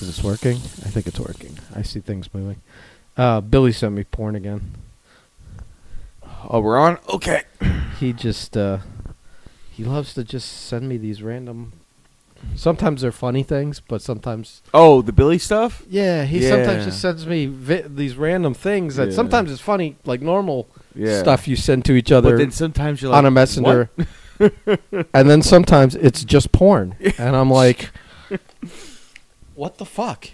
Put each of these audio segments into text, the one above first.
Is this working? I think it's working. I see things moving. Uh, Billy sent me porn again. Oh, we're on. Okay. He just uh, he loves to just send me these random. Sometimes they're funny things, but sometimes Oh, the Billy stuff. yeah, he sometimes Yeah. just sends me vi- these random things that Yeah. sometimes it's funny, like normal Yeah. stuff you send to each other But then sometimes you're like on a messenger, and then sometimes it's just porn, and I'm like, what the fuck?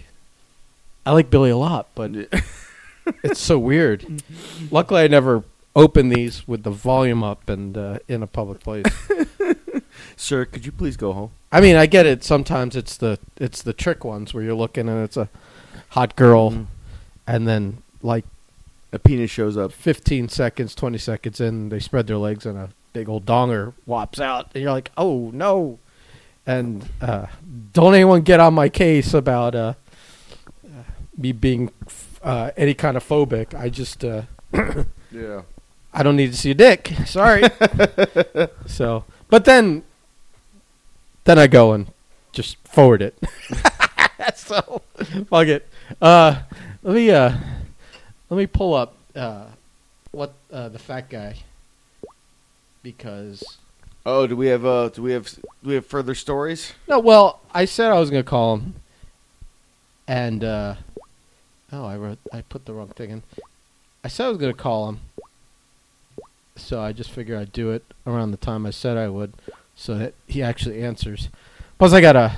I like Billy a lot, but "What?" it's so weird. Luckily, I never open these with the volume up and uh, in a public place. Sir, could you please go home? I mean, I get it. Sometimes it's the it's the trick ones where you're looking and it's a hot girl, Mhm. and then like A penis shows up. 15 seconds, 20 seconds in, they spread their legs and a big old donger whops out, and you're like, oh no. And uh, don't anyone get on my case about uh, uh, me being f- uh, any kind of phobic. I just. Uh, Yeah. I don't need to see a dick. Sorry. so, but then, then I go and just forward it. so, fuck it. Uh, let me uh, let me pull up uh, what uh, the fat guy because Oh, do we have uh do we have do we have further stories? no, well, I said I was gonna call him, and uh, oh, I wrote, I put the wrong thing in. I said I was gonna call him, so I just figured I'd do it around the time I said I would, so that he actually answers. Plus, I got a.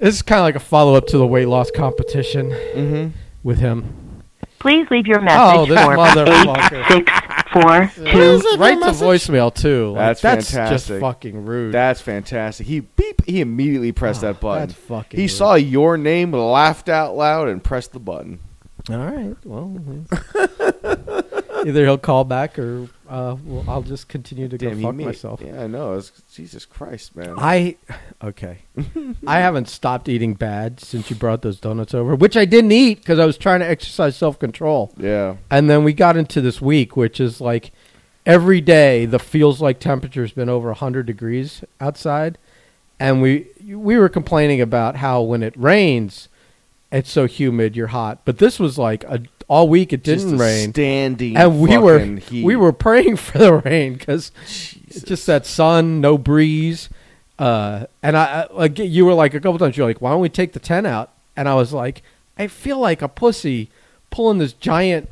This is kind of like a follow up to the weight loss competition Mm-hmm. with him. Please leave your Oh, message this for motherfucker. eight six four two. right to voicemail too. Like, That's that's just fantastic. fucking rude. That's fantastic. He beep. He immediately pressed Oh, that button. that's fucking He rude. saw your name, laughed out loud, and pressed the button. All right. Well, either he'll call back or uh, well, I'll just continue to Damn, Ah. go he fuck me- myself. Yeah, I know. It's, Jesus Christ, man. I okay. I haven't stopped eating bad since you brought those donuts over, which I didn't eat because I was trying to exercise self control. yeah. And then we got into this week, which is like every day the feels like temperature's been over 100 degrees outside. And we we were complaining about how when it rains, it's so humid, you're hot. But this was like a, all week it Just didn't a rain Standing. and we were fucking heat. we were praying for the rain because just that sun, no breeze, uh, and I, I like you were like a couple times you're like, why don't we take the tent out? And I was like, I feel like a pussy pulling this giant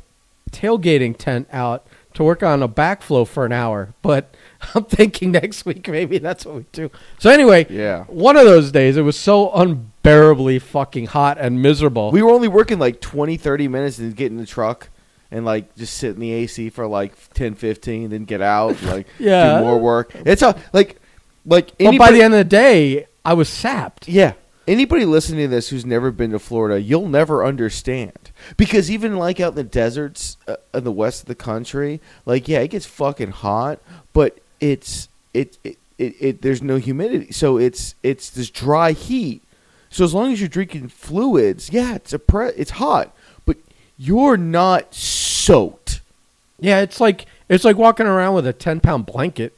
tailgating tent out to work on a backflow for an hour, but I'm thinking next week maybe that's what we do. So anyway, Yeah. one of those days it was so unbearably fucking hot and miserable. We were only working like 20, 30 minutes and get in the truck and like just sit in the AC for like 10, 15, then get out, and, like Yeah. do more work. It's a, like, like but by the end of the day, I was sapped. yeah, anybody listening to this who's never been to Florida, you'll never understand because even like out in the deserts uh, in the west of the country, like yeah, it gets fucking hot, but it's it it, it, it there's no humidity, so it's it's this dry heat. So as long as you're drinking fluids, yeah, it's a pre- it's hot, but you're not soaked. Yeah, it's like it's like walking around with a ten pound blanket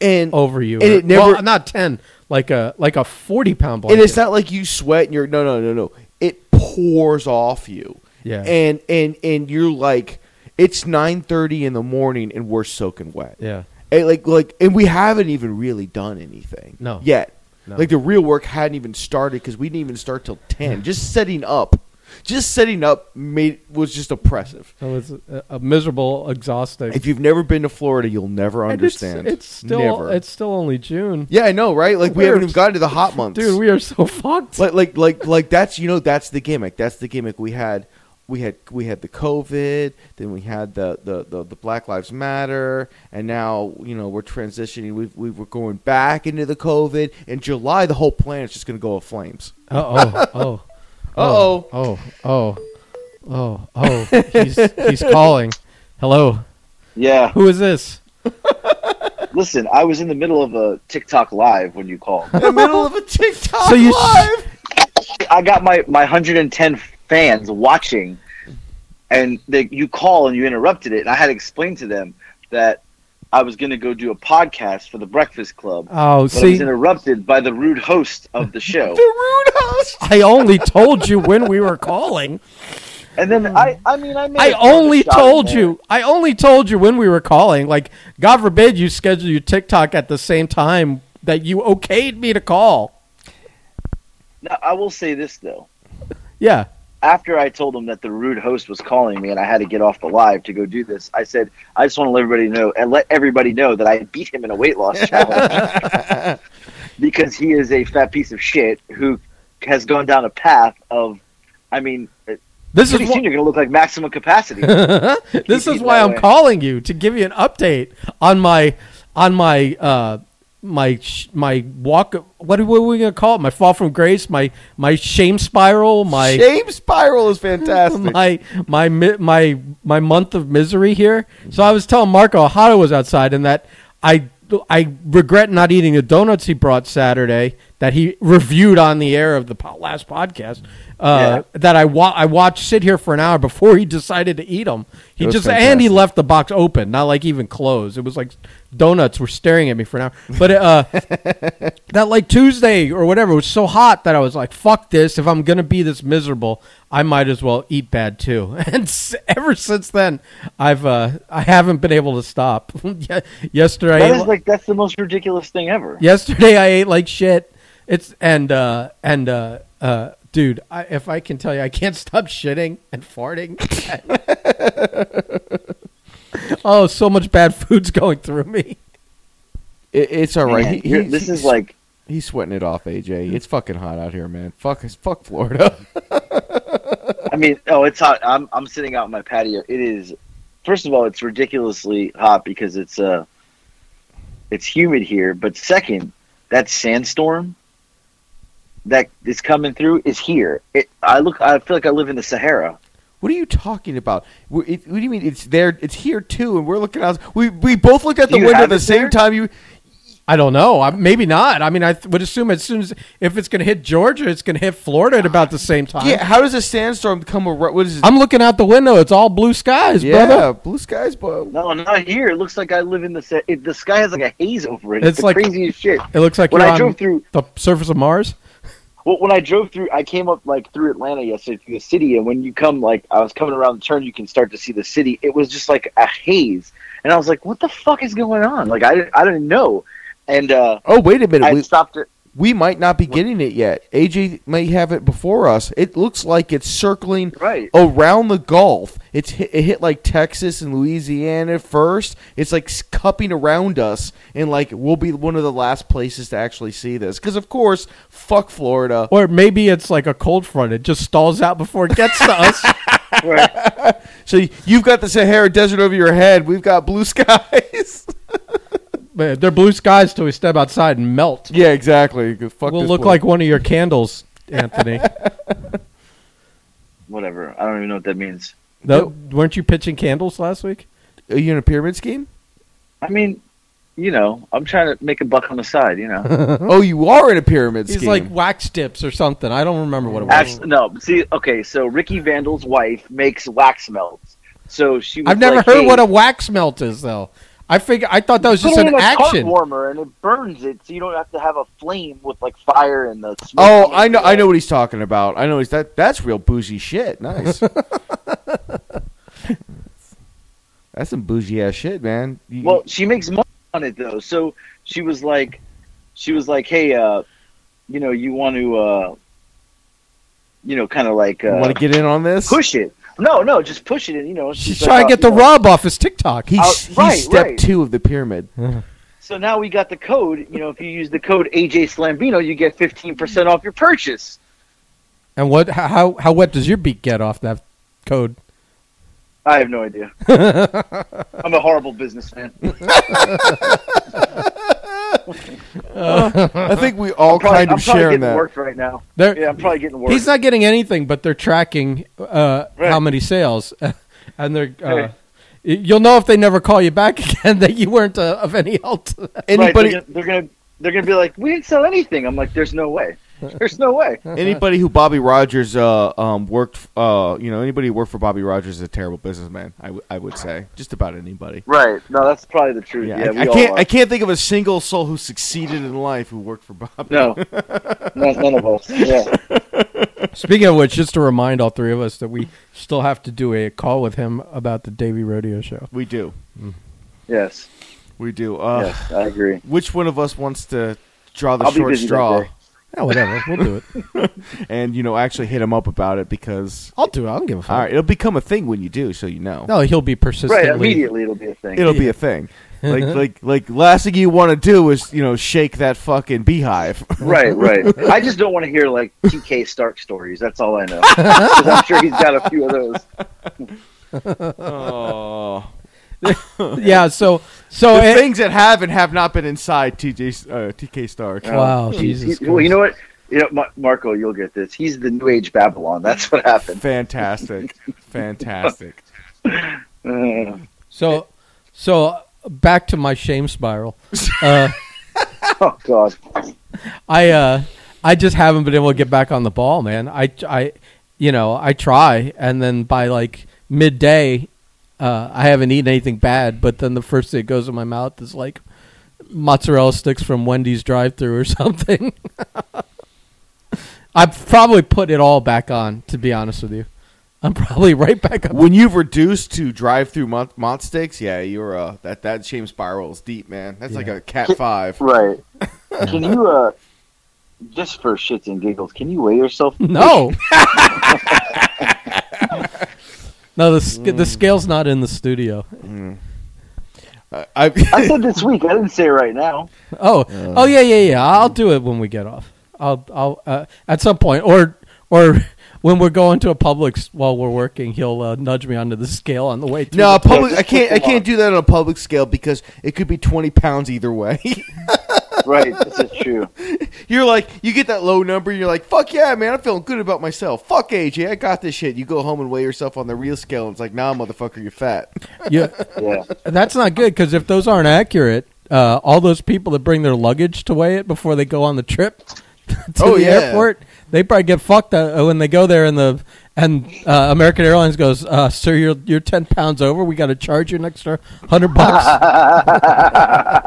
And over you. and it never well, not ten, like a like a forty pound blanket. and it's not like you sweat and you're no no no no it pours off you Yeah. and and and you're like it's 9.30 in the morning and we're soaking wet yeah, And like like and we haven't even really done anything No. yet No. like the real work hadn't even started because we didn't even start till 10 just setting up just setting up made was just oppressive so it's a, a miserable, exhausting. if you've never been to florida you'll never And it's- understand It's, still never. it's still only June, yeah i know right like we We're- haven't even gotten to the hot months dude. We are so fucked. like like like like that's you know that's the gimmick that's the gimmick we had we had we had the covid then we had the the the, the black lives matter and now you know we're transitioning we we were going back into the covid in july the whole planet's just going to go of flames Uh oh, oh, Uh-oh. oh, oh, oh, oh. He's he's calling. Hello, Yeah. who is this? Listen, I was in the middle of a TikTok live when you called. in the middle of a tiktok So you s- live I got my my 110 fans watching, and they, you call and you interrupted it, and I had to explain to them that I was going to go do a podcast for the Breakfast Club, Oh, but I was see, interrupted by the rude host of the show. I only told you when we were calling. and then I, I mean, I made I a kind of only shot at told him. you. I only told you when we were calling. Like, God forbid you schedule your TikTok at the same time that you okayed me to call. Now, I will say this though. Yeah. After I told him that the rude host was calling me and I had to get off the live to go do this, I said, "I just want to let everybody know and let everybody know that I beat him in a weight loss challenge because he is a fat piece of shit who has gone down a path of, I mean, This pretty is soon wh- you're going to look like maximum capacity." this Keep is it why that I'm way. calling you to give you an update on my on my uh my sh- my walk. What are, what are we gonna call it? My fall from grace. My my shame spiral. My Shame spiral is fantastic. my my mi- my my month of misery here. So I was telling Marco Hato was outside, and that I I regret not eating the donuts he brought Saturday that he reviewed on the air of the po- last podcast. Uh, That I wa- I watched sit here for an hour before he decided to eat them. He It was just and he fantastic. left the box open, not like even closed. It was like donuts were staring at me for an hour. But uh, that like Tuesday or whatever was so hot that I was like, "Fuck this! If I'm gonna be this miserable, I might as well eat bad too." And s- ever since then, I've uh, I haven't been able to stop. Ye- yesterday, I That ate is li- like that's the most ridiculous thing ever. yesterday I ate like shit. It's and uh, and uh, uh, dude, I, if I can tell you, I can't stop shitting and farting. oh, so much bad food's going through me. It, it's all Man, right. He- here- he- this is he's- like he's sweating it off, AJ. It's fucking hot out here, man. Fuck fuck Florida. I mean, oh, it's hot. I'm I'm sitting out in my patio. It is. First of all, it's ridiculously hot because it's uh, it's humid here. But second, that sandstorm that is coming through is here. It, I look. I feel like I live in the Sahara. What are you talking about? We're- it- What do you mean? It's there. It's here too, and we're looking out. We we both looked at Do the you window have at the it same there? time. You I don't know. I, maybe not. I mean, I th- would assume as soon as if it's going to hit Georgia, it's going to hit Florida at about the same time. yeah. How does a sandstorm come? Around? What is it? I'm looking out the window. It's all blue skies, yeah, brother. blue skies, but No, not here. It looks like I live in the. Sa- It, the sky has like a haze over it. It's It's, the like- craziest shit. It looks like When you're I on drove through, the surface of Mars. Well, when I drove through, I came up like through Atlanta yesterday through the city, and when you come, like I was coming around the turn, you can start to see the city. It was just like a haze, and I was like, "What the fuck is going on?" Like I, I didn't know, and uh, oh wait a minute. I we, stopped it. we might not be getting it yet. AJ may have it before us. It looks like it's circling Right. around the Gulf. It's hit, it hit like Texas and Louisiana first. It's like s- cupping around us, and like we'll be one of the last places to actually see this. Because of course, fuck Florida. Or maybe it's like a cold front. It just stalls out before it gets to us. So y- you've got the Sahara Desert over your head. We've got blue skies. Man, Uh, they're blue skies till we step outside and melt. yeah, exactly. Fuck we'll this look place. like one of your candles, Anthony. Whatever. I don't even know what that means. Tho- weren't you pitching candles last week? are you in a pyramid scheme? I mean, you know, I'm trying to make a buck on the side. You know, oh, you are in a pyramid He's scheme. like wax dips or something. I don't remember what it was. Abs- no. See, okay, so Ricky Vandal's wife makes wax melts, so she. Was I've never like, heard hey, what a wax melt is though. I figure I thought that was Put just it an in a cart action. warmer and it burns it, so you don't have to have a flame with like fire and the. Smoke Oh, coming I know, through I it. know what he's talking about. I know he's that. That's real bougie shit. Nice. that's some bougie ass shit, man. You- Well, she makes money on it though. So she was like, she was like, hey, uh, you know, you want to, uh, you know, kind of like you uh, want to get in on this? push it. No, no, just push it, and you know, She's like, trying uh, to get the you know, rub off his TikTok. He's, Oh, he's right, step right. two of the pyramid. So now we got the code. You know, if you use the code AJ Slambino, you get fifteen percent off your purchase. and what? How how- how wet does your beak get off that code? I have no idea. I'm a horrible businessman. I think we all Probably, kind I'm of probably sharing getting that. worked right now. They're- Yeah, I'm probably getting worked. He's not getting anything, but they're tracking uh, how Right. many sales, and they're. Uh, Right. y- You'll know if they never call you back again that you weren't uh, of any help. to them. Right, Anybody? they're, gonna, they're gonna they're gonna be like, we didn't sell anything. I'm like, there's no way. There's no way. Anybody who Bobby Rogers uh, um, worked, uh, you know, anybody who worked for Bobby Rogers is a terrible businessman. I, w- I would say just about anybody. Right. No, that's probably the truth. Yeah, I, we I all can't. are. I can't think of a single soul who succeeded in life who worked for Bobby. No, none, none of us. Yeah. Speaking of which, just to remind all three of us that we still have to do a call with him about the Davy Rodeo show. we do. Yes. We do. Uh, yes. I agree. Which one of us wants to draw the I'll be short busy that straw day. Yeah, whatever. We'll do it. and you know actually hit him up about it? Because I'll do it. I don't give a fuck. all right, it'll become a thing when you do, so you know. No, he'll be Right. persistently. Immediately, it'll be a thing. It'll be a thing. Like like like last thing you want to do is you know shake that fucking beehive. Right, right. I just don't want to hear like TK Stark stories. That's all I know. 'Cause I'm sure he's got a few of those. oh. Yeah. So so the eh, things that have and have not been inside TJ uh, TK Stark. Wow, He- Jesus. he- well, you Christ. know what? You know, Mar- Marco, you'll get this. He's the New Age Babylon. That's what happened. Fantastic, fantastic. Uh, So so uh, back to my shame spiral. Uh, oh God. I uh I just haven't been able to get back on the ball, man. I I you know, I try and then by like midday uh I haven't eaten anything bad, but then the first thing that goes in my mouth is like mozzarella sticks from Wendy's drive-through or something. I probably put it all back on to be honest with you. I'm probably right back up. When you've reduced to drive-through mont, mont sticks, yeah, you're uh, that that shame spiral is deep, man. That's like Yeah. a cat five. Right. Can you uh, just for shits and giggles, can you weigh yourself? No. no, the sc- the scale's not in the studio. Uh, I, I said this week. I didn't say right now. Oh, Uh, oh yeah, yeah, yeah. I'll do it when we get off. I'll, I'll uh, at some point, or or when we're going to a Publix while we're working, he'll uh, nudge me onto the scale on the way. to no, the- public. just I can't. I put them can't on. do that on a public scale because it could be twenty pounds either way. Right. This is true. you're like, you get that low number, you're like, fuck yeah, man, I'm feeling good about myself. Fuck AJ, I got this shit. You go home and weigh yourself on the real scale, and it's like, nah, motherfucker, you're fat. yeah, Yeah. that's not good because if those aren't accurate, uh, all those people that bring their luggage to weigh it before they go on the trip to Oh, the yeah. airport, they probably get fucked uh, when they go there and the. And uh, American Airlines goes, uh, "Sir, you're you're ten pounds over. We got to charge you an extra hundred bucks."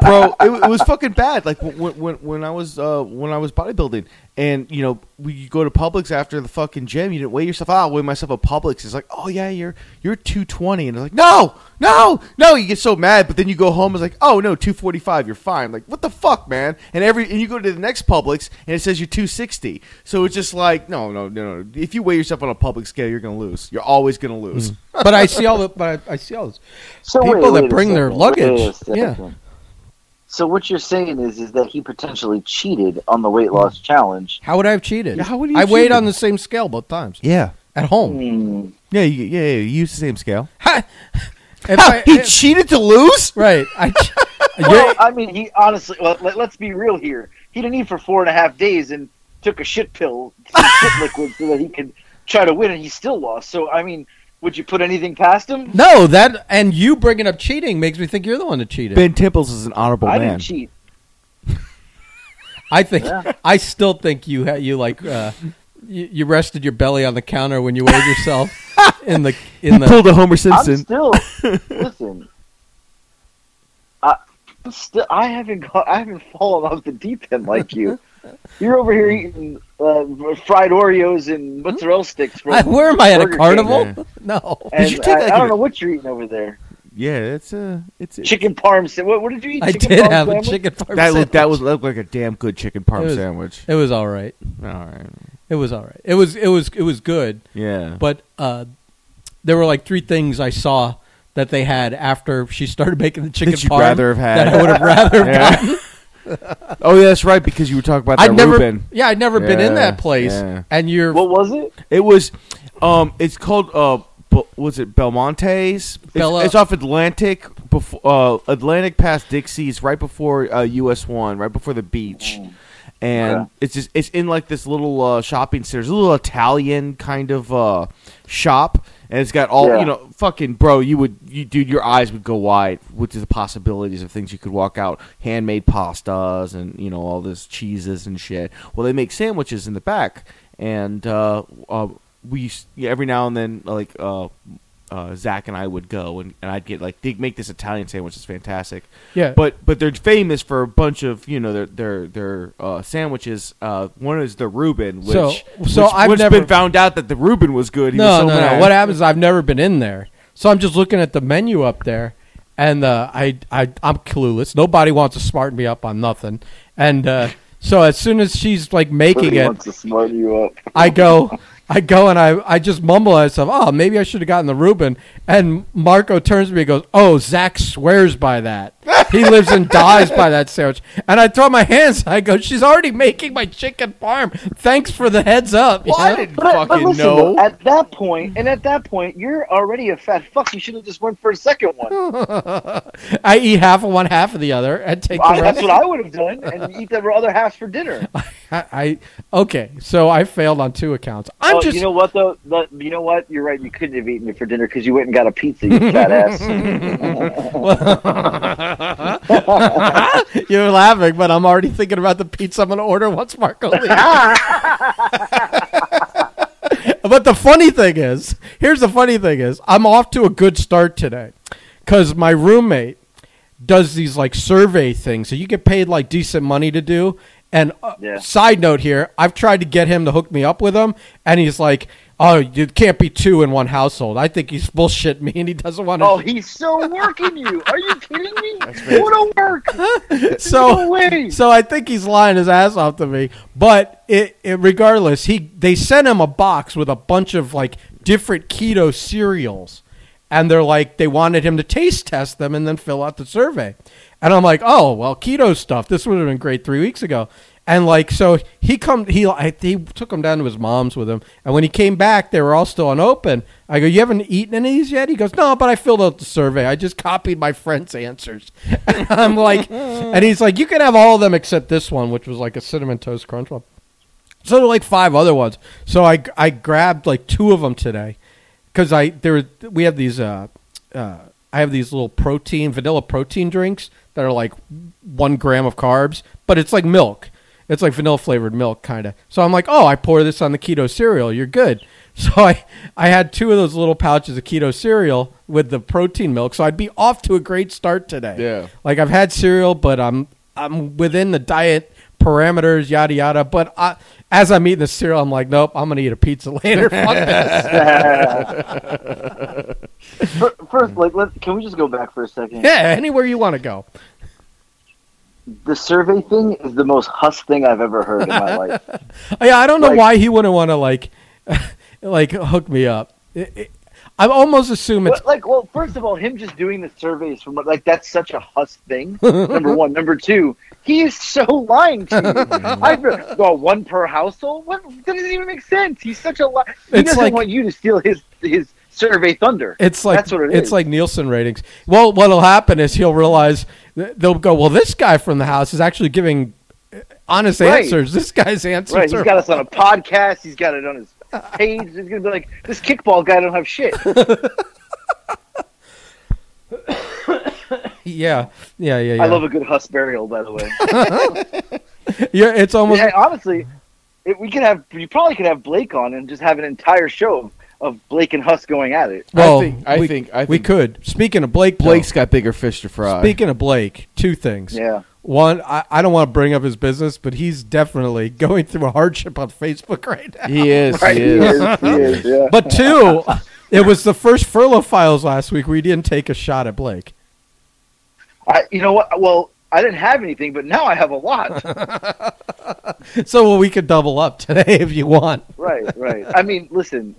bro it, wa- it was fucking bad like when, when, when i was uh, when i was bodybuilding and you know we you go to publix after the fucking gym you didn't weigh yourself out i weigh myself at publix it's like oh yeah you're you're 220 and it's like no no no you get so mad but then you go home it's like oh no 245 you're fine like what the fuck man and every and you go to the next publix and it says you're 260 so it's just like no no no no if you weigh yourself on a public scale you're gonna lose you're always gonna lose but I see all the but I, I see all this. So People wait, that wait a bring their second. luggage, Wait a second. yeah. So what you're saying is, is that he potentially cheated on the weight loss challenge? How would I have cheated? Yeah, how would you I have weighed cheated? on the same scale both times yeah at home. Hmm. yeah you, yeah, yeah you use the same scale Ha! If Ha, I- he if- cheated to lose right. I, ch- Well, I mean, he honestly. Well, let, let's be real here. He didn't eat for four and a half days and took a shit pill, some shit liquid, so that he could try to win, and he still lost. So, I mean, would you put anything past him? no, that and you bringing up cheating makes me think you're the one that cheated. Ben Temples is an honorable I man. didn't cheat. I think Yeah. I still think you had you like uh, you, you rested your belly on the counter when you weighed yourself in the in the. a Homer I'm still listen. I, I'm still, I haven't got, I haven't fallen off the deep end like you. You're over here eating uh, fried Oreos and mozzarella sticks. From I, where am I at Burger a King. carnival? Yeah. No, And you take, I, like, I a- don't know what you're eating over there. Yeah, it's a it's a, Chicken parm. sa- What, what did you eat? I Chicken did parm have a sandwich? chicken farm. That looked, that sandwich. was looked like a damn good chicken parm It was- sandwich. It was all right. All right. It was all right. It was it was it was good. Yeah. but uh, there were like three things I saw that they had after she started making the chicken That you'd parm rather have had. that I would have rather have Yeah. gotten. oh, yeah, that's right. Because you were talking about that I'd never, Reuben. yeah, I'd never been in Yeah, that place. yeah. And you're What was it? It was, um, it's called uh, B- was it Belmonte's? It's- Bella- It's, off Atlantic before uh, Atlantic past Dixie's, right before uh, US One, right before the beach. And Okay. it's just it's in like this little uh, shopping center, it's a little Italian kind of uh, shop, and it's got all Yeah. you know. Fucking bro, you would, you dude, your eyes would go wide with the possibilities of things you could walk out. Handmade pastas and you know all this cheeses and shit. Well, they make sandwiches in the back, and uh, uh, we used- yeah, every now and then like uh, uh, Zach and I would go and, and I'd get like they make this Italian sandwich. It's fantastic. Yeah. But but they're famous for a bunch of you know their their their uh, sandwiches. Uh, one is the Reuben, which So- so which, I've which never- been found out that the Reuben was good. He was no, so no, mad. no. What happens? is I've never been in there, so I'm just looking at the menu up there, and uh, I, I, I'm clueless. Nobody wants to smart me up on nothing, and uh, so as soon as she's like making Nobody it, wants to smart you up. I go, I go, and I, I just mumble at myself. Oh, maybe I should have gotten the Reuben. And Marco turns to me and goes, "Oh, Zach swears by that. He lives and dies by that sandwich." And I throw my hands. I go, "She's already making my chicken parm. Thanks for the heads up." you Well, I know? didn't But, I- but fucking listen, know. though, at that point, and at that point, you're already a fat fuck. You should have just went for a second one. I eat half of one, half of the other, and take the I, rest. that's what I would have done, and eat the other half for dinner. I, I okay, so I failed on two accounts. I'm Oh, just you know what though? The- you know what? You're right. You couldn't have eaten it for dinner because you went and got a pizza. You fat ass. you're laughing, but I'm already thinking about the pizza I'm gonna order once Marco Ah. leaves. but the funny thing is, here's the funny thing is, I'm off to a good start today, because my roommate does these like survey things that you get paid like decent money to do. And uh, Yeah. side note here, I've tried to get him to hook me up with him, and he's like, "Oh, you can't be two in one household." I think he's bullshit me, and he doesn't want to. oh, he's still working you. Are you kidding me? Go to work. so No way. so I think he's lying his ass off to me. But it, it regardless, he they sent him a box with a bunch of like different keto cereals, and they're like they wanted him to taste test them and then fill out the survey. And I'm like, oh well, keto stuff. This would have been great three weeks ago. And like so, he come he I, he took him down to his mom's with him, and when he came back, they were all still unopened. I go, you haven't eaten any of these yet? He goes, no, but I filled out the survey. I just copied my friend's answers. And I'm like, and he's like, you can have all of them except this one, which was like a cinnamon toast crunch one. So there were like five other ones. So I I grabbed like two of them today because I there were- we have these uh, uh, I have these little protein vanilla protein drinks that are like one gram of carbs, but it's like milk. It's like vanilla flavored milk kind of. So I'm like, oh, I pour this on the keto cereal. You're good. So I I had two of those little pouches of keto cereal with the protein milk. So I'd be off to a great start today. Yeah. Like I've had cereal, but I'm I'm within the diet parameters, yada yada. But I, as I'm eating the cereal, I'm like, nope, I'm gonna eat a pizza later. Fuck this. Fir- First, like, let, can we just go back for a second? Yeah, anywhere you want to go. The survey thing is the most huss thing I've ever heard in my life. Uh, Yeah, I don't know Like- why he wouldn't want to like, like hook me up. It- it- I almost assume it's But, like, well, first of all, him just doing the surveys from like that's such a huss thing. number one, number two, he is so lying to you. I've well, one per household. What that doesn't even make sense. He's such a liar. He It's doesn't like- want you to steal his his survey thunder. It's like that's what it it's is. like Nielsen ratings. Well, what'll happen is he'll realize th- they'll go, "Well, this guy from the house is actually giving uh, honest Right. answers. This guy's answers right. He's are got us on a podcast. He's got it on his page. He's gonna be like, this kickball guy don't have shit. yeah, yeah, yeah, yeah." I love a good huss burial, by the way. yeah, it's almost Yeah, honestly, it, we could have you probably could have Blake on and just have an entire show of, of Blake and Huss going at it. well. I think I we, think I think we could. Speaking of Blake, though, Blake's got bigger fish to fry. Speaking of Blake, two things. Yeah. One, I, I don't want to bring up his business, but he's definitely going through a hardship on Facebook right now. he is. Right, He is. he is, yeah. But two, it was the first furlough files last week where he didn't take a shot at Blake. I, you know what? Well, I didn't have anything, but now I have a lot. So we could double up today if you want. right, right. I mean, listen,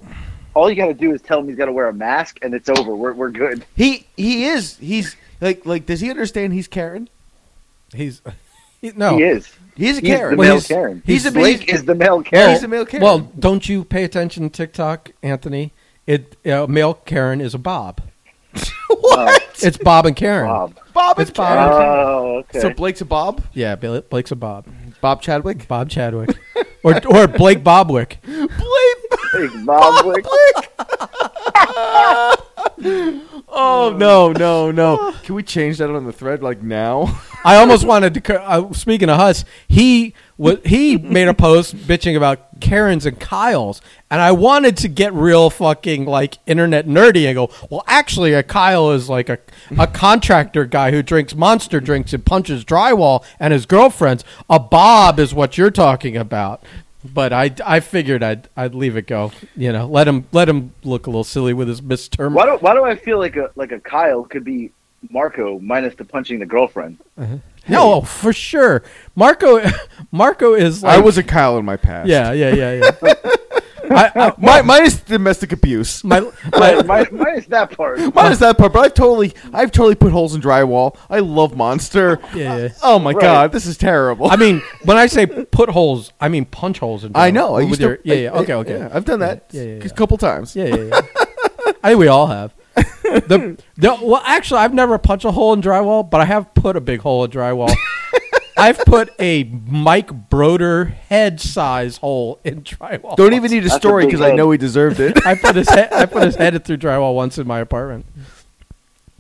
all you got to do is tell him he's got to wear a mask, and it's over. We're we're good. He he is. He's like like. Does he understand? He's Karen. He's he- no. He is. Oh. He's a He's Karen. the male he's- Karen. he's a Blake he's- is the male Karen. he's a male Karen. Well, don't you pay attention to TikTok, Anthony? It uh, male Karen is a Bob. what? It's Bob and Karen. Oh, Bob. Bob is it's Bob. Karen. Oh, okay. So Blake's a Bob. Yeah, Bla- Blake's a Bob. Bob Chadwick. Bob Chadwick, or or Blake Bobwick. Blake. Big Bob Blake. Oh no, no, no! Can we change that on the thread like now? I almost wanted to. cur- Uh, speaking of Huss, he was he made a post bitching about Karens and Kyles, and I wanted to get real fucking like internet nerdy and go, well, actually, a Kyle is like a a contractor guy who drinks monster drinks and punches drywall and his girlfriends. A Bob is what you're talking about. But I, I figured I'd I'd leave it go. You know, let him let him look a little silly with his misterm. Why do Why do I feel like a like a Kyle could be Marco minus the punching the girlfriend? No, oh, for sure. Marco Marco is like I was a Kyle in my past. Yeah, yeah, yeah, yeah. I, I, my, minus domestic abuse. my, Mi- my, mi- minus that part. Minus that part, but I've totally, I've totally put holes in drywall. I love Monster. Yeah, yeah. Oh my Right. god, this is terrible. I mean, when I say put holes, I mean punch holes. In I know. I with used your- to. yeah, I- yeah. I- Okay, okay. yeah, I've done that Yeah, yeah, yeah. a couple times. Yeah, yeah, yeah. I think we all have. The, the well, actually, I've never punched a hole in drywall, but I have put a big hole in drywall. I've put a Mike Broder head size hole in drywall. Don't even need a That's a story big because I head. know he deserved it. I put his head, I put his head through drywall once in my apartment.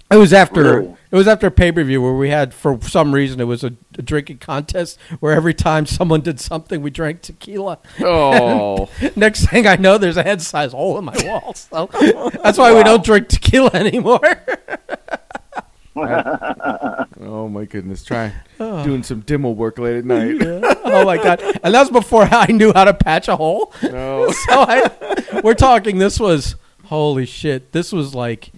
It was after Really? it was after pay per view where we had for some reason it was a, a drinking contest where every time someone did something we drank tequila. oh, Next thing I know, there's a head size hole in my wall. So that's why we don't drink tequila anymore. oh my goodness! Try doing some demo work late at night. oh my god! And that was before I knew how to patch a hole. No. so I, we're talking. This was holy shit. This was like,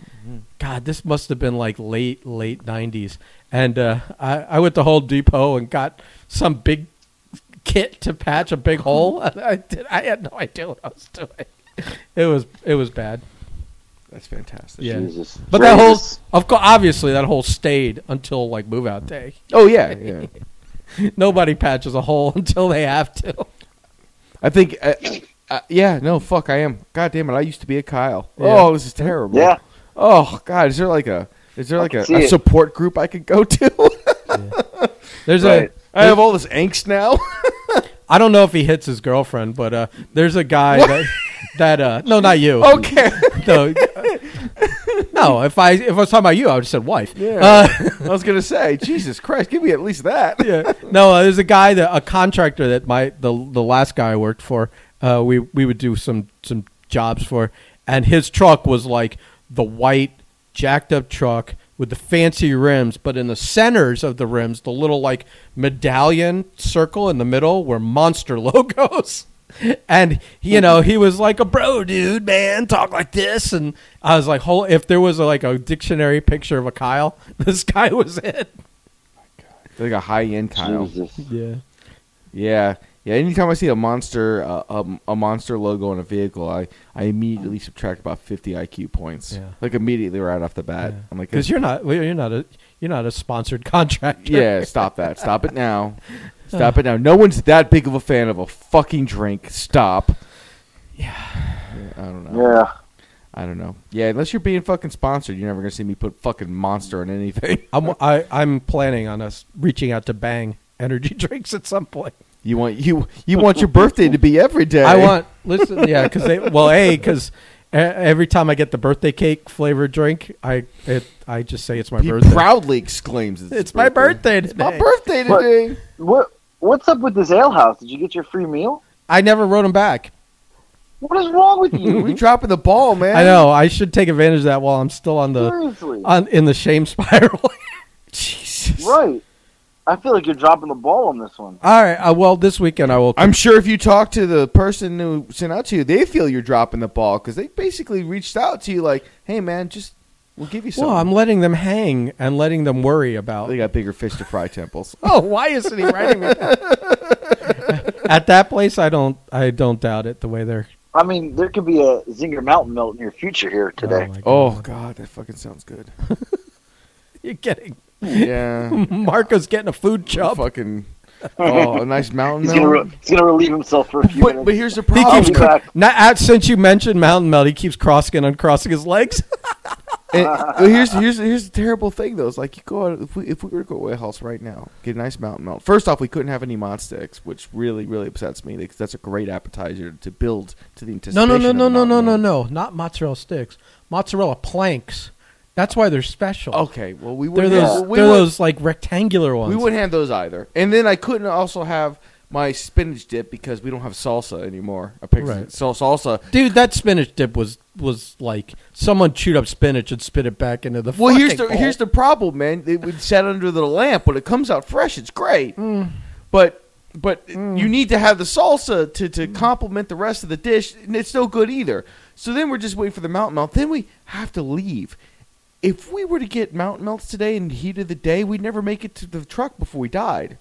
God, this must have been like late late nineties. And uh, I, I went to Home Depot and got some big kit to patch a big hole. And I did. I had no idea what I was doing. It was it was bad. That's fantastic. Yeah. Jesus. But that hole, Jesus. of course, obviously that hole stayed until like move out day. Oh yeah, yeah. Nobody patches a hole until they have to. I think. Uh, uh, yeah. No. Fuck. I am. God damn it! I used to be a Kyle. Yeah. Oh, this is terrible. Yeah. Oh God. Is there like a is there like can a, see a it. support group I could go to? There's Right. a I have all this angst now. I don't know if he hits his girlfriend, but uh, there's a guy that that uh, no, not you. okay. No, no, if I if I was talking about you, I would have said wife. Uh, Yeah. Uh, I was gonna say, Jesus Christ, give me at least that. yeah. No, uh, there's a guy that a contractor that my the the last guy I worked for, uh, we we would do some some jobs for, and his truck was like the white jacked up truck with the fancy rims, but in the centers of the rims, the little like medallion circle in the middle were monster logos. And you know he was like a bro dude, man, talk like this, and I was like, "Hol- if there was like a dictionary picture of a Kyle, this guy was it." Like a high end Kyle. Jesus. Yeah, Yeah, yeah. Anytime I see a monster, uh, um, a monster logo on a vehicle, I, I immediately subtract about fifty IQ points. Yeah. Like immediately right off the bat. I'm like, because you're not well, you're not a you're not a sponsored contractor. yeah, stop that, stop it now, stop it now. No one's that big of a fan of a fucking drink. Stop. Yeah, I don't know. Yeah. I don't know. Yeah, unless you're being fucking sponsored, you're never gonna see me put fucking monster on anything. I'm I, I'm planning on us reaching out to Bang Energy Drinks at some point. You want you you want your birthday to be every day. I want listen, yeah, because they well, a because every time I get the birthday cake flavored drink, I it, I just say it's my He birthday. proudly exclaims, "It's, his it's my birthday. It's my today. birthday What? today." What What's up with this ale house? Did you get your free meal? I never wrote him back. What is wrong with We you? dropping the ball, man. I know I should take advantage of that while I'm still on the Seriously. on in the shame spiral. Jesus. Right. I feel like you're dropping the ball on this one. All right, uh, well, this weekend I will. I'm sure if you talk to the person who sent out to you, they feel you're dropping the ball because they basically reached out to you like, "Hey, man, just we'll give you some." well, I'm letting them hang and letting them worry about they got bigger fish to fry. Temples. Oh, why isn't he writing me? At that place, I don't, I don't doubt it. The way they're I mean, there could be a Zinger Mountain melt in your future here today. my God. Oh God, that fucking sounds good. you're getting Yeah. Marco's getting a food chub. Fucking. Oh, a nice mountain. He's gonna mel. re- he's gonna relieve himself for a few but but minutes. here's the He problem. keeps I'll be cr- back. not, at, since you mentioned Mountain Melt, he keeps crossing and uncrossing his legs. And but here's here's here's the terrible thing though. It's like you go out if we if we were to go to White House right now, get a nice mountain melt. First off, we couldn't have any mod sticks, which really really upsets me because that's a great appetizer to build to the No, anticipation. no, no, of no, no, Mountain no, no, Melt. no. Not mozzarella sticks. Mozzarella planks. That's why they're special. Okay, well Oh, we They're wouldn't. those, have, we they're would- those like rectangular ones. We wouldn't have those either. And then I couldn't also have my spinach dip because we don't have salsa anymore. I picked Right. so salsa. Dude, that spinach dip was was like someone chewed up spinach and spit it back into the. Well, here's fucking the bowl. here's the problem, man. It would set under the lamp when it comes out fresh. It's great, but but you need to have the salsa to to complement the rest of the dish, and it's no good either. So then we're just waiting for the mountain melt. Then we have to leave. If we were to get mountain melts today in the heat of the day, we'd never make it to the truck before we died.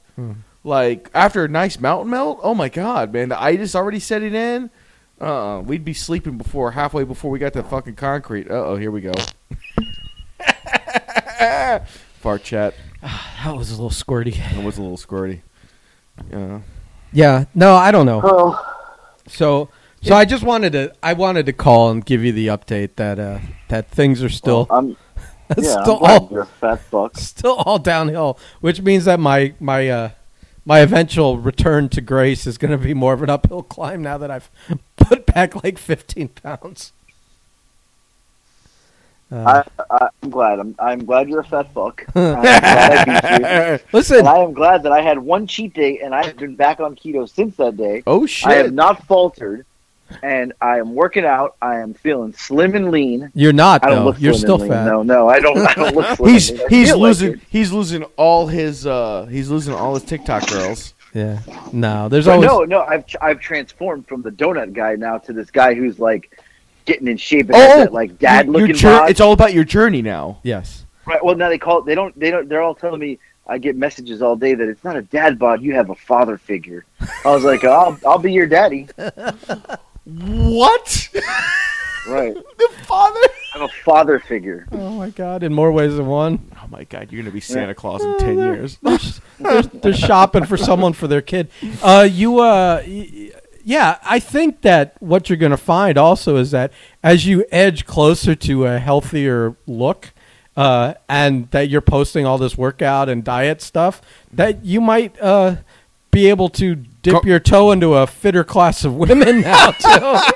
Like after a nice mountain melt, oh my god, man, the itis already set it in. Uh, uh we'd be sleeping before halfway before we got to fucking concrete. Uh oh, here we go. Fart chat. That was a little squirty. It was a little squirty. Yeah. Yeah. No, I don't know. Oh, So so I just wanted to I wanted to call and give you the update that uh that things are still I'm, yeah, I'm still glad all you're a fat fuck. still all downhill, which means that my my uh my eventual return to grace is going to be more of an uphill climb now that I've put back like 15 pounds. Uh, I, I, I'm glad. I'm, I'm glad you're a fat fuck. I'm glad I beat you. listen, And I am glad that I had one cheat day, and I have been back on keto since that day. Oh I have shit. not faltered, and I am working out. I am feeling slim and lean. you're not I don't though. look. You're slim still and lean. fat. No, no, I don't. I don't look slim. He's and lean. I he's feel like losing it. he's losing all his uh he's losing all his TikTok girls. Yeah. No, there's But always no, no. I've I've transformed from the donut guy now to this guy who's like getting in shape and Oh, has that, like dad Your- your looking jour- bod. It's all about your journey now. Yes. Right, Well, now they call it. They don't. They don't. They're all telling me. I get messages all day that it's not a dad bod. You have a father figure. I was like, I'll I'll be your daddy. What? Right. the father? I'm a father figure. Oh my god, in more ways than one. Oh my god, you're gonna be Santa Claus in ten years. They're, they're, they're shopping for someone for their kid. Uh, you, uh, y- y- yeah, I think that what you're going to find also is that as you edge closer to a healthier look, uh, and that you're posting all this workout and diet stuff, that you might uh, be able to dip Go- your toe into a fitter class of women now too.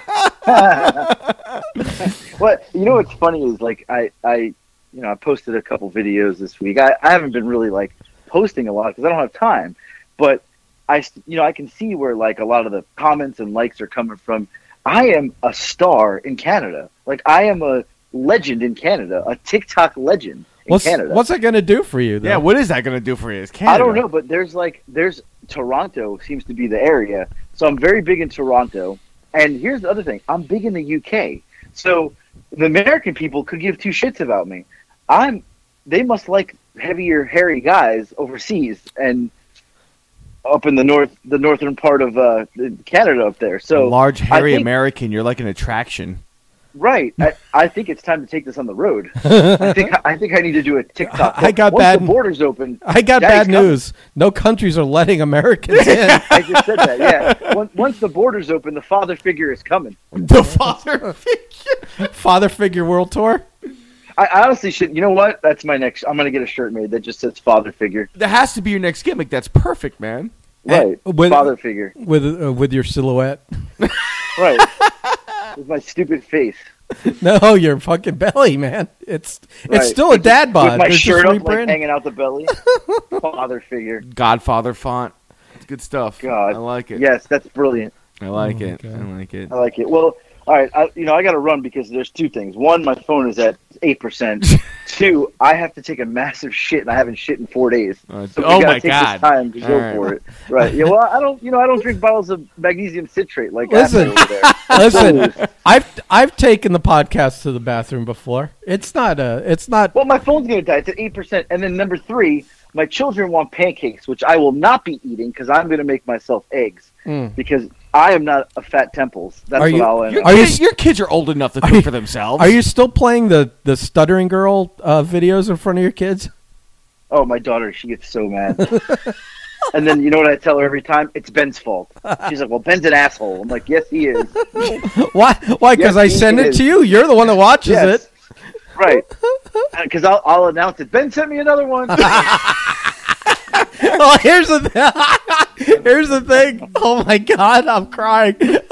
What you know? What's funny is like I, I, you know, I posted a couple videos this week. I, I haven't been really like posting a lot because I don't have time. But I, s- you know, I can see where like a lot of the comments and likes are coming from. I am a star in Canada. Like I am a legend in Canada, a TikTok legend in what's Canada. what's that going to do for you? Though? Yeah, what is that gonna do for you? It's Canada. I don't know, but there's like there's Toronto seems to be the area. So I'm very big in Toronto. And here's the other thing. I'm big in the UK. So the American people could give two shits about me. I'm they must like heavier hairy guys overseas and up in the north the northern part of uh, Canada up there. So A large hairy I think- American, you're like an attraction. Right. I, I think it's time to take this on the road. I think I think I need to do a TikTok. I got Once bad- the borders open. I got Daddy's bad coming. news. No countries are letting Americans in. I just said that. Yeah. Once, once the borders open, the father figure is coming. The father Father figure world tour. I I honestly should. You know what? That's my next. I'm gonna get a shirt made that just says father figure. That has to be your next gimmick. That's perfect, man. Right. Eh, with- father figure. with uh, with your silhouette. Right. With my stupid face. No, your fucking belly, man. It's Right. it's still a dad bod. With my They're shirt just up, like, rebranding. hanging out the belly. father figure. Godfather font. It's good stuff. God. I like it. Yes, that's brilliant. I like Oh my it. God. I like it. I like it. Well, all right. I, you know, I got to run because there's two things. One, my phone is at eight percent. Two, I have to take a massive shit, and I haven't shit in four days. Uh, So we oh gotta my take This god. time to All go right. for it, right? Yeah. Well, I don't. You know, I don't drink bottles of magnesium citrate like Listen. I have over there. Listen, I've I've taken the podcast to the bathroom before. It's not a. It's not. Well, my phone's gonna die. It's at eight percent. And then number three, my children want pancakes, which I will not be eating because I'm gonna make myself eggs Hmm. Mm. because I am not a fat temples. That's Are what you- I'll end. Your, up- Are you kid- s- your kids are old enough to cook you- for themselves. Are you still playing the the stuttering girl uh, videos in front of your kids? Oh, my daughter, she gets so mad. and then you know what I tell her every time? It's Ben's fault. She's like, "Well, Ben's an asshole." I'm like, "Yes, he is." Why? Why? Because Yes, I he send it is. to you. You're the one that watches yes. it. right? Because I'll, I'll announce it. Ben sent me another one. oh, here's the th- here's the thing. Oh my god, I'm crying.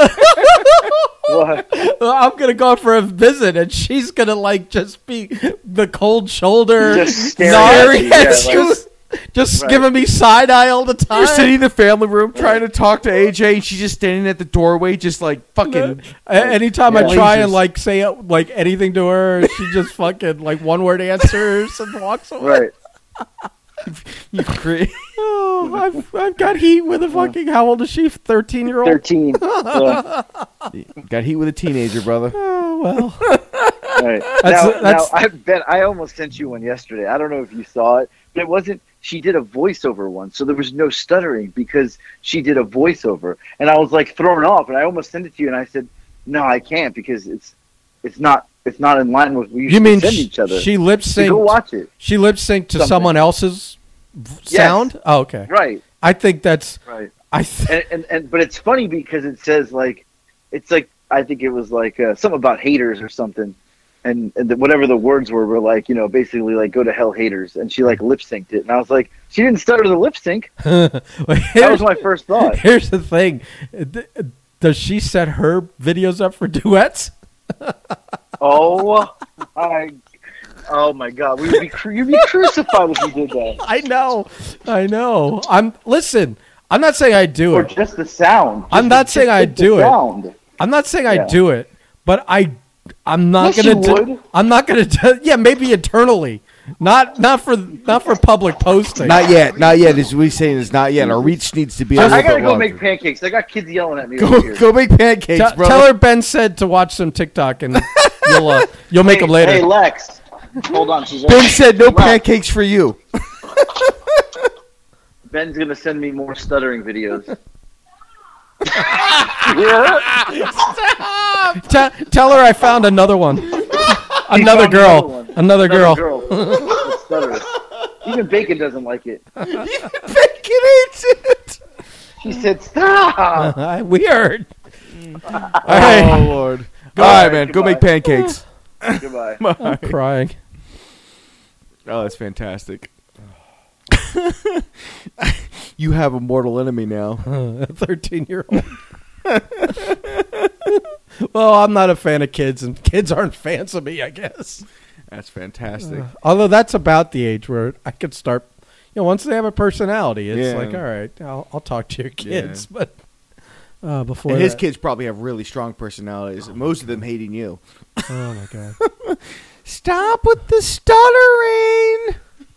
What? Uh, I'm gonna go for a visit, and she's gonna like just be the cold shoulder, Just staring at staring you, yeah, at you, just Right. giving me side eye all the time. You're sitting in the family room trying to talk to AJ, and she's just standing at the doorway, just like fucking. A- Anytime I Yeah. try Jesus. and like say uh, like anything to her, she just fucking like one word answers and walks away. Right. You cra- Oh, I've, I've got heat with a fucking how old is she? Thirteen year old. Thirteen. Yeah. Got heat with a teenager, brother. Oh well. Right. That's- now, that's- now, I bet I almost sent you one yesterday. I don't know if you saw it, but it wasn't. She did a voiceover one, so there was no stuttering because she did a voiceover, and I was like thrown off, and I almost sent it to you, and I said, "No, I can't because it's it's not it's not in line with what you You mean send sh- each other." she lip So go synced? watch it. She lip synced to something. someone else's v- Yes. sound. Oh, okay. Right, I think that's. right, I th- and, and and but it's funny because it says like, it's like I think it was like uh, something about haters or something. And, and the, whatever the words were, were like, you know, basically like, go to hell, haters. And she like lip synced it. And I was like, she didn't stutter the lip sync. That was here's, my first thought. here's the thing. Th- Does she set her videos up for duets? Oh my, oh my God, we would be cru- you'd be crucified if you did that. I know. I know. I'm listen. I'm not saying I do Or it. just the sound. Just I'm not the- saying just I the do it. sound. I'm not saying I Yeah. do it, but I I'm not Yes, gonna you do, would. I'm not gonna do, yeah, maybe internally. Not not for not for public posting. Not yet, not yet. Is we saying is not yet. Our reach needs to be. a little I gotta bit go longer. make pancakes. I got kids yelling at me. over Go, here. go make pancakes, Tell- bro. tell her Ben said to watch some TikTok and you'll uh, you'll make hey, them later. Hey Lex, hold on. She's Ben said no Lex, pancakes for you. Ben's gonna send me more stuttering videos. Tell- tell her I found another one. another found girl. another one. Another, girl. girl. The stutter. Even Bacon doesn't like it. She said, "Stop." Uh, we heard. All Oh right. lord. All right, ahead, man. Go make goodbye. pancakes. Goodbye. I'm crying. Oh, that's fantastic. you have a mortal enemy now. Uh, 13 year old. well, I'm not a fan of kids, and kids aren't fans of me, I guess. That's fantastic. Although that's about the age where I could start, you know, once they have a personality, it's Yeah. like, all right, I'll, I'll talk to your Yeah. kids. But uh, before And his that- kids probably have really strong personalities. most of them hating you. oh my god. Stop with the stuttering.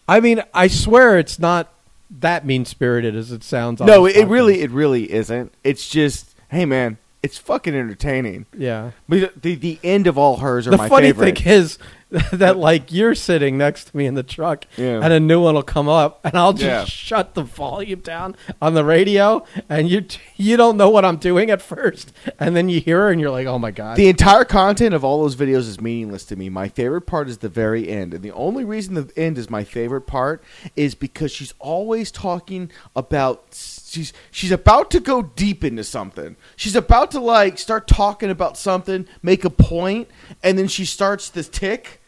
I mean, I swear it's not that mean spirited as it sounds. on No, this it podcast. really, it really isn't. It's just, hey, man, it's fucking entertaining. yeah. But the the end of all hers are the my funny favorite. thing is that like you're sitting next to me in the truck Yeah. and a new one will come up and i'll just Yeah. shut the volume down on the radio and you you don't know what i'm doing at first and then you hear her and you're like oh my god The entire content of all those videos is meaningless to me. My favorite part is the very end. And the only reason the end is my favorite part is because she's always talking about she's she's about to go deep into something. She's about to like start talking about something, make a point, and then she starts this tick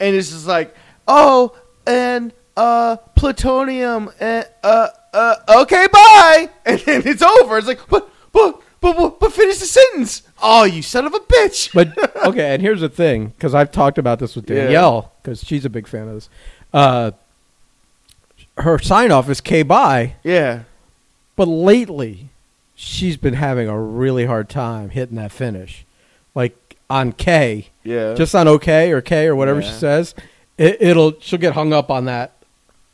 and it's just like, "Oh, and uh plutonium and uh uh okay, bye." And then it's over. It's like, "But but but but, but finish the sentence." Oh, you son of a bitch. but okay, and here's the thing, because I've talked about this with Yeah. Danielle, because she's a big fan of this. Uh, her sign off is K by, Yeah. but lately she's been having a really hard time hitting that finish, like on K, Yeah. just on OK or K or whatever Yeah. she says. It, it'll she'll get hung up on that,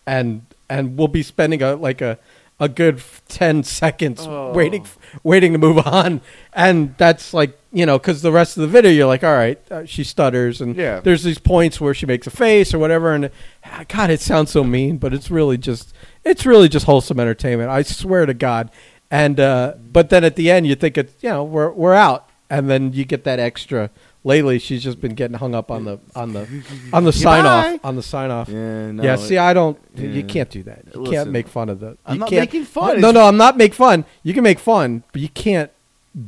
and and we'll be spending a like a a good f- 10 seconds Oh. waiting f- waiting to move on and that's like you know because the rest of the video you're like all right uh, she stutters and Yeah. there's these points where she makes a face or whatever and ah, god it sounds so mean but it's really just it's really just wholesome entertainment i swear to god and uh but then at the end you think it's you know we're we're out and then you get that extra lately she's just been getting hung up on the on the on the sign Goodbye. off on the sign off Yeah, no, yeah it- see i don't yeah. you can't do that you can't Listen, make fun of the you I'm not can't- making fun. no It's- no i'm not make fun you can make fun but you can't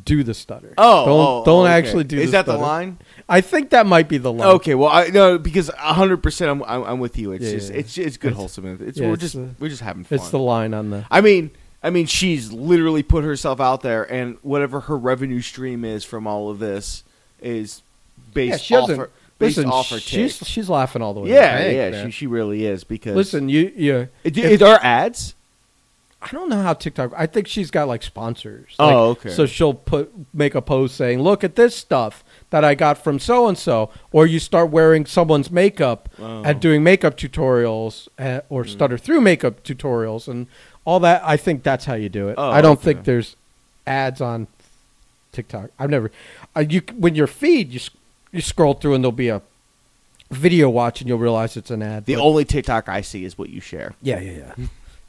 do the stutter Oh, don't oh, don't okay. actually do Is the that the stutter. line? I think that might be the low. Okay, well, I no because hundred percent, I'm, I'm I'm with you. It's Yeah, just yeah. it's it's good It's- wholesome. It's yeah, we're it's just the- we're just having fun. It's the line on the. I mean, I mean, she's literally put herself out there, and whatever her revenue stream is from all of this is yeah, based she off doesn't. her based listen, off her she's take. she's laughing all the way. to Yeah, the bank, yeah, man. she she really is because listen, you you. it, it are ads. I don't know how TikTok. I think she's got like sponsors. Oh, Like, okay. So she'll put make a post saying, "Look at this stuff that I got from so and so," or you start wearing someone's makeup Oh. Hmm. and doing makeup tutorials, uh, or stutter through makeup tutorials and all that. I think that's how you do it. Oh, I don't okay. think there's ads on TikTok. I've never. Uh, you when your feed you s- you scroll through and there'll be a video watch and you'll realize it's an ad. The but- only TikTok I see is what you share. yeah, yeah, Hmm. yeah,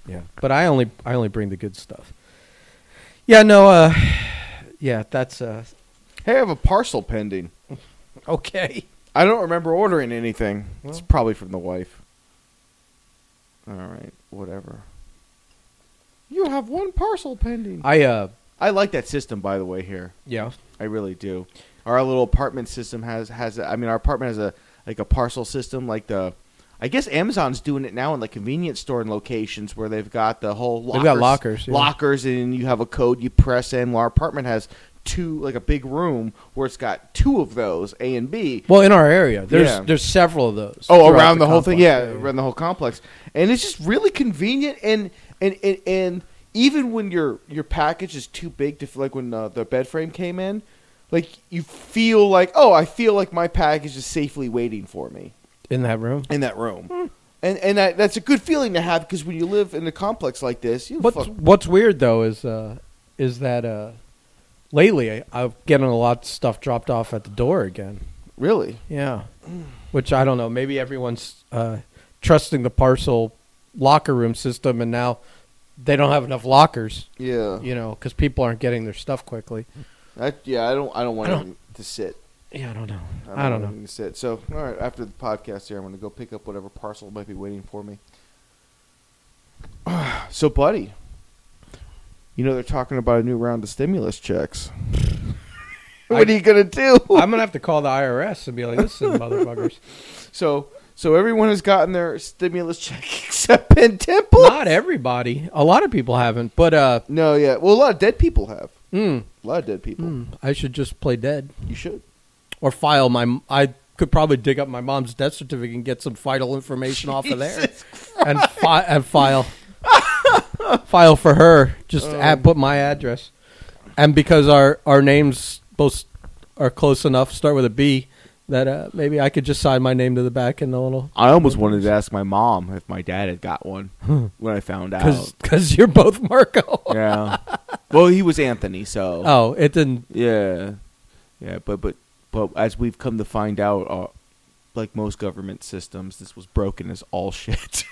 yeah. But I only I only bring the good stuff. Yeah, no, uh, yeah, that's uh, Hey, I have a parcel pending. okay. I don't remember ordering anything. it's probably from the wife. All right, whatever. You have one parcel pending. I uh, I like that system, by the way. Here, yeah, I really do. Our little apartment system has has. I mean, our apartment has a like a parcel system, like the. I guess Amazon's doing it now in like convenience store and locations where they've got the whole lockers, They've got lockers, yeah. lockers, and you have a code you press in. Well, our apartment has two, like a big room where it's got two of those, A and B, well, in our area, there's Yeah. there's several of those. Oh, throughout around the, whole thing, yeah, complex. around the whole complex, and it's just really convenient. And and and, and even when your your package is too big to feel like when uh, the bed frame came in, like you feel like oh, I feel like my package is safely waiting for me in that room. in that room, Hmm. and and that, that's a good feeling to have because when you live in a complex like this, you What's fuck- What's weird though is uh, is that uh, lately I, I'm getting a lot of stuff dropped off at the door again. really Yeah, which I don't know. Maybe everyone's uh, trusting the parcel locker room system, and now they don't have enough lockers. yeah you know, because people aren't getting their stuff quickly. That- yeah I don't I don't want I don't- it to sit. Yeah, I don't know. I don't want know. it to sit. So, all right, after the podcast here, I'm going to go pick up whatever parcel might be waiting for me. So, buddy, you know they're talking about a new round of stimulus checks. what I- are you going to do? I'm gonna have to call the IRS and be like, "Listen, motherfuckers, so, so everyone has gotten their stimulus check except Ben Temple. not everybody. A lot of people haven't, but uh, no, yeah. Well, a lot of dead people have. mm, A lot of dead people. mm, I should just play dead You should. or file my. I could probably dig up my mom's death certificate and get some vital information off of there, and fi- and file file for her. Just Oh. add, put my address, and because our our names both are close enough, start with a B. That uh, maybe I could just sign my name to the back in the little I almost wanted to ask my mom if my dad had got one when I found out. because you're both Marco. Yeah. well, he was Anthony, so. Oh, it didn't. Yeah, yeah, but but but as we've come to find out, uh, like most government systems, this was broken as all shit,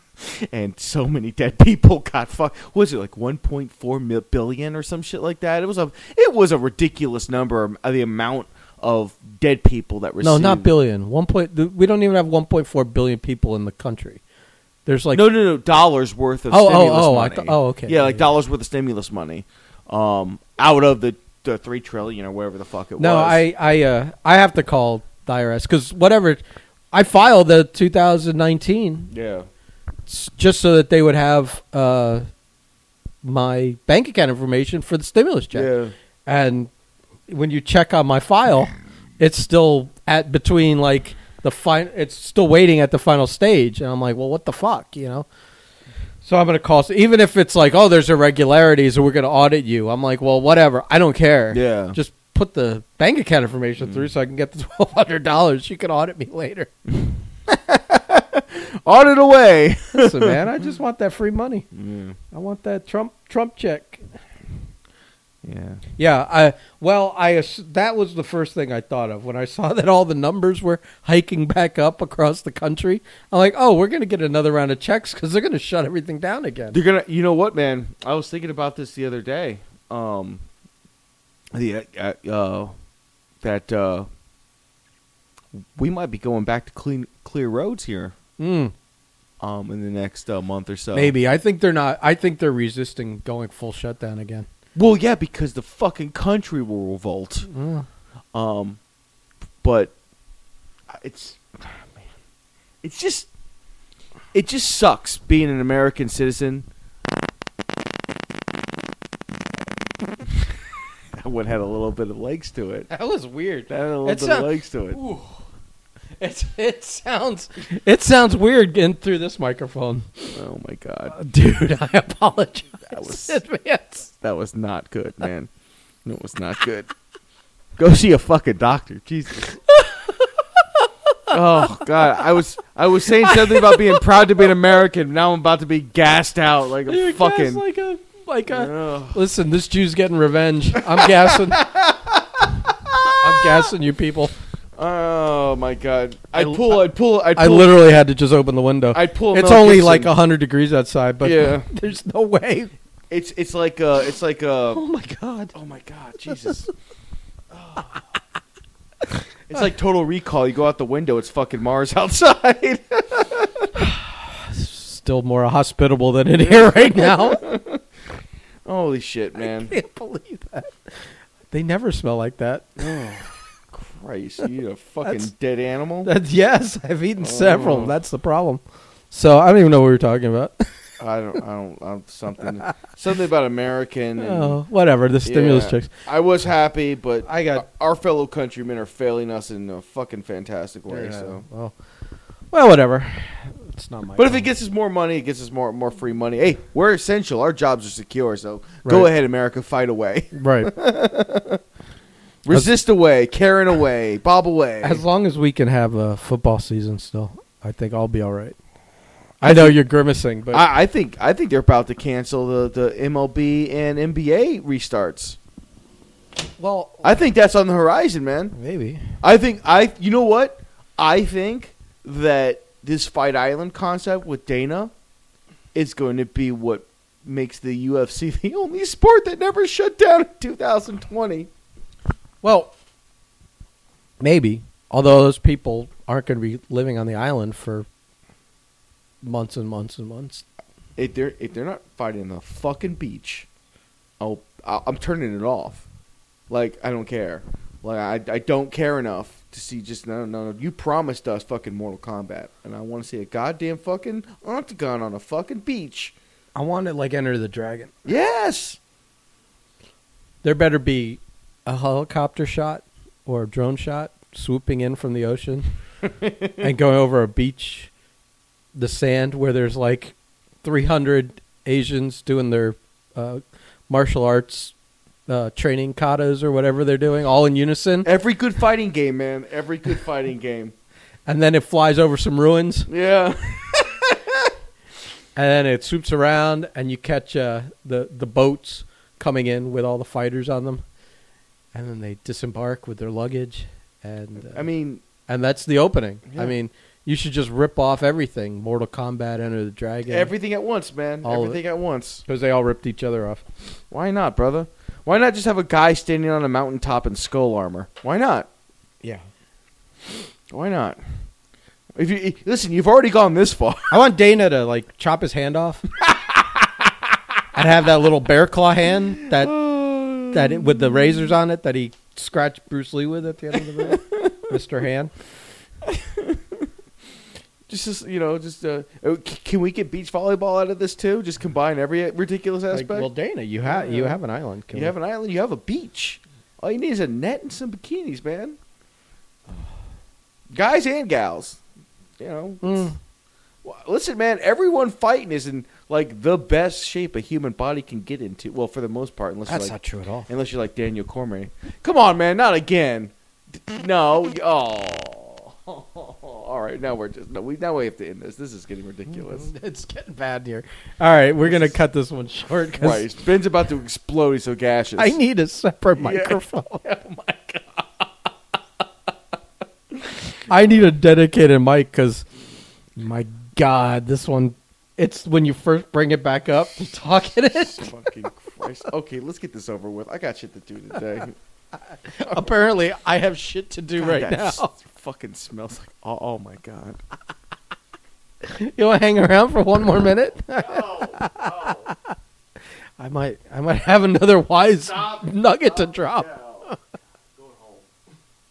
and so many dead people got fucked. Was it like one point four mil- billion or some shit like that? It was a it was a ridiculous number of the amount of dead people that received. No, not billion. One point. th- We don't even have 1.4 billion people in the country. There's like no, no, no. Dollars worth of Oh, oh, stimulus oh, I money. thought- oh, okay. Yeah, like Yeah. dollars worth of stimulus money, um, out of the, the three trillion or whatever the fuck it No, was. I I uh, I have to call the IRS because whatever. I filed the 2019 yeah. s- just so that they would have uh, my bank account information for the stimulus check. Yeah. And when you check on my file, it's still at between like the final. It's still waiting at the final stage, and I'm like, well, what the fuck, you know? So I'm gonna call. So even if it's like, oh, there's irregularities, and we're gonna audit you. I'm like, well, whatever. I don't care. Yeah. Mm. Just put the bank account information through so I can get the twelve hundred dollars. You can audit me later. Audit away. Listen, man, I just want that free money. I want that Trump Trump check. Yeah. Yeah, I well, I ass- that was the first thing I thought of when I saw that all the numbers were hiking back up across the country. I'm like, oh, we're gonna get another round of checks because they're gonna shut everything down again. They're gonna. You know what, man? I was thinking about this the other day. Um, the uh, uh, that uh, we might be going back to clean clear roads here. Mm, Um, in the next uh, month or so, maybe I think they're not. I think they're resisting going full shutdown again. Well, yeah, because the fucking country will revolt. Um, but it's man, it's just it just sucks being an American citizen. that one had a little bit of legs to it. That was weird. That had a little It bit sound- of legs to it. Ooh. It, it sounds it sounds weird getting through this microphone, Oh my god, dude. I apologize. That was- in advance. that was not good, man. No, it was not good. Go see a fucking doctor, Jesus. Oh God, I was I was saying something about being proud to be an American. Now I'm about to be gassed out like a You're gassed fucking. like a like a. Ugh. Listen, this Jew's getting revenge. I'm gassing. I'm gassing you people. Oh my god! I'd pull. I'd pull. I'd pull. I literally had to just open the window. I'd pull It's Mel only Gibson. like like hundred degrees outside, but Yeah. there's no way. It's it's like uh it's like uh Oh my god. oh my god Jesus. Oh. It's like Total Recall. You go out the window. It's fucking Mars outside. Still more hospitable than in here right now. Holy shit, man! can't believe that. They never smell like that. Oh, Christ, you eat a fucking That's- dead animal. That's, yes, I've eaten several. Oh. That's the problem. So I don't even know what we were talking about. I don't. I don't. I'm something. Something about American. And, oh, whatever. The stimulus Mm. Yeah. checks. I was happy, but uh, I got- our fellow countrymen are failing us in a fucking fantastic way. Yeah, So. Well, well, whatever. It's not my. But if it problem. gets us more money, it gets us more more free money. Hey, we're essential. Our jobs are secure. So go Right. ahead, America, fight away, right, resist away, Karen away, Bob away. as long as we can have a football season still, I think I'll be all right. I know you're grimacing, but I, I think I think they're about to cancel the, the MLB and NBA restarts. well, I think that's on the horizon, man. maybe. I think I you know what? I think that this Fight Island concept with Dana is going to be what makes the UFC the only sport that never shut down in 2020. Well, maybe. Although those people aren't going to be living on the island for months and months and months. if they're if they're not fighting on the fucking beach, I'll, i I'm turning it off. Like I don't care. Like I I don't care enough to see just no no no. You promised us fucking Mortal Kombat, and I want to see a goddamn fucking octagon on a fucking beach. I want to like Enter the Dragon. Yes. There better be a helicopter shot or a drone shot swooping in from the ocean and going over a beach, the sand where there's like 300 Asians doing their uh, martial arts uh, training katas or whatever they're doing, all in unison. Every good fighting game, man. Every good fighting game. And then it flies over some ruins. Yeah. and then it swoops around and you catch uh, the the boats coming in with all the fighters on them, and then they disembark with their luggage, and uh, I mean, and that's the opening. Yeah. I mean, you should just rip off everything: Mortal Kombat, Enter the Dragon, everything at once, man. All of it. everything at once. because they all ripped each other off. Why not, brother? Why not just have a guy standing on a mountaintop in skull armor? Why not? Yeah, Why not? If you i- listen, you've already gone this far. I want Dana to like chop his hand off. and have that little bear claw hand that that it, with the razors on it that he scratched Bruce Lee with at the end of the movie, Mister Hand. Just, just you know, just uh, oh, c- can we get beach volleyball out of this too? Just combine every ridiculous Like, aspect. well, Dana, you have you have an island. Can you we- have an island. You have a beach. All you need is a net and some bikinis, man. Guys and gals, you know. Mm. Well, Listen, man. Everyone fighting is in like the best shape a human body can get into. Well, for the most part, unless That's you're, like, not true at all. Unless you're like Daniel Cormier. Come on, man, not again. D- No. Oh. All right, now we're just no. We now we have to end this. This is getting ridiculous. It's getting bad here. All right, we're gonna cut this one short because Christ, Ben's about to explode. He's so gaseous. I need a separate Yeah. microphone. oh my god! I need a dedicated mic because, my god, this one. It's when you first bring it back up, you talk in it. Fucking Christ. Okay, let's get this over with. I got shit to do today. Apparently, I have shit to do God, right that now. s- fucking smells like. Oh, oh my god. You want to hang around for one more minute? I might, I might have another wise nugget to drop.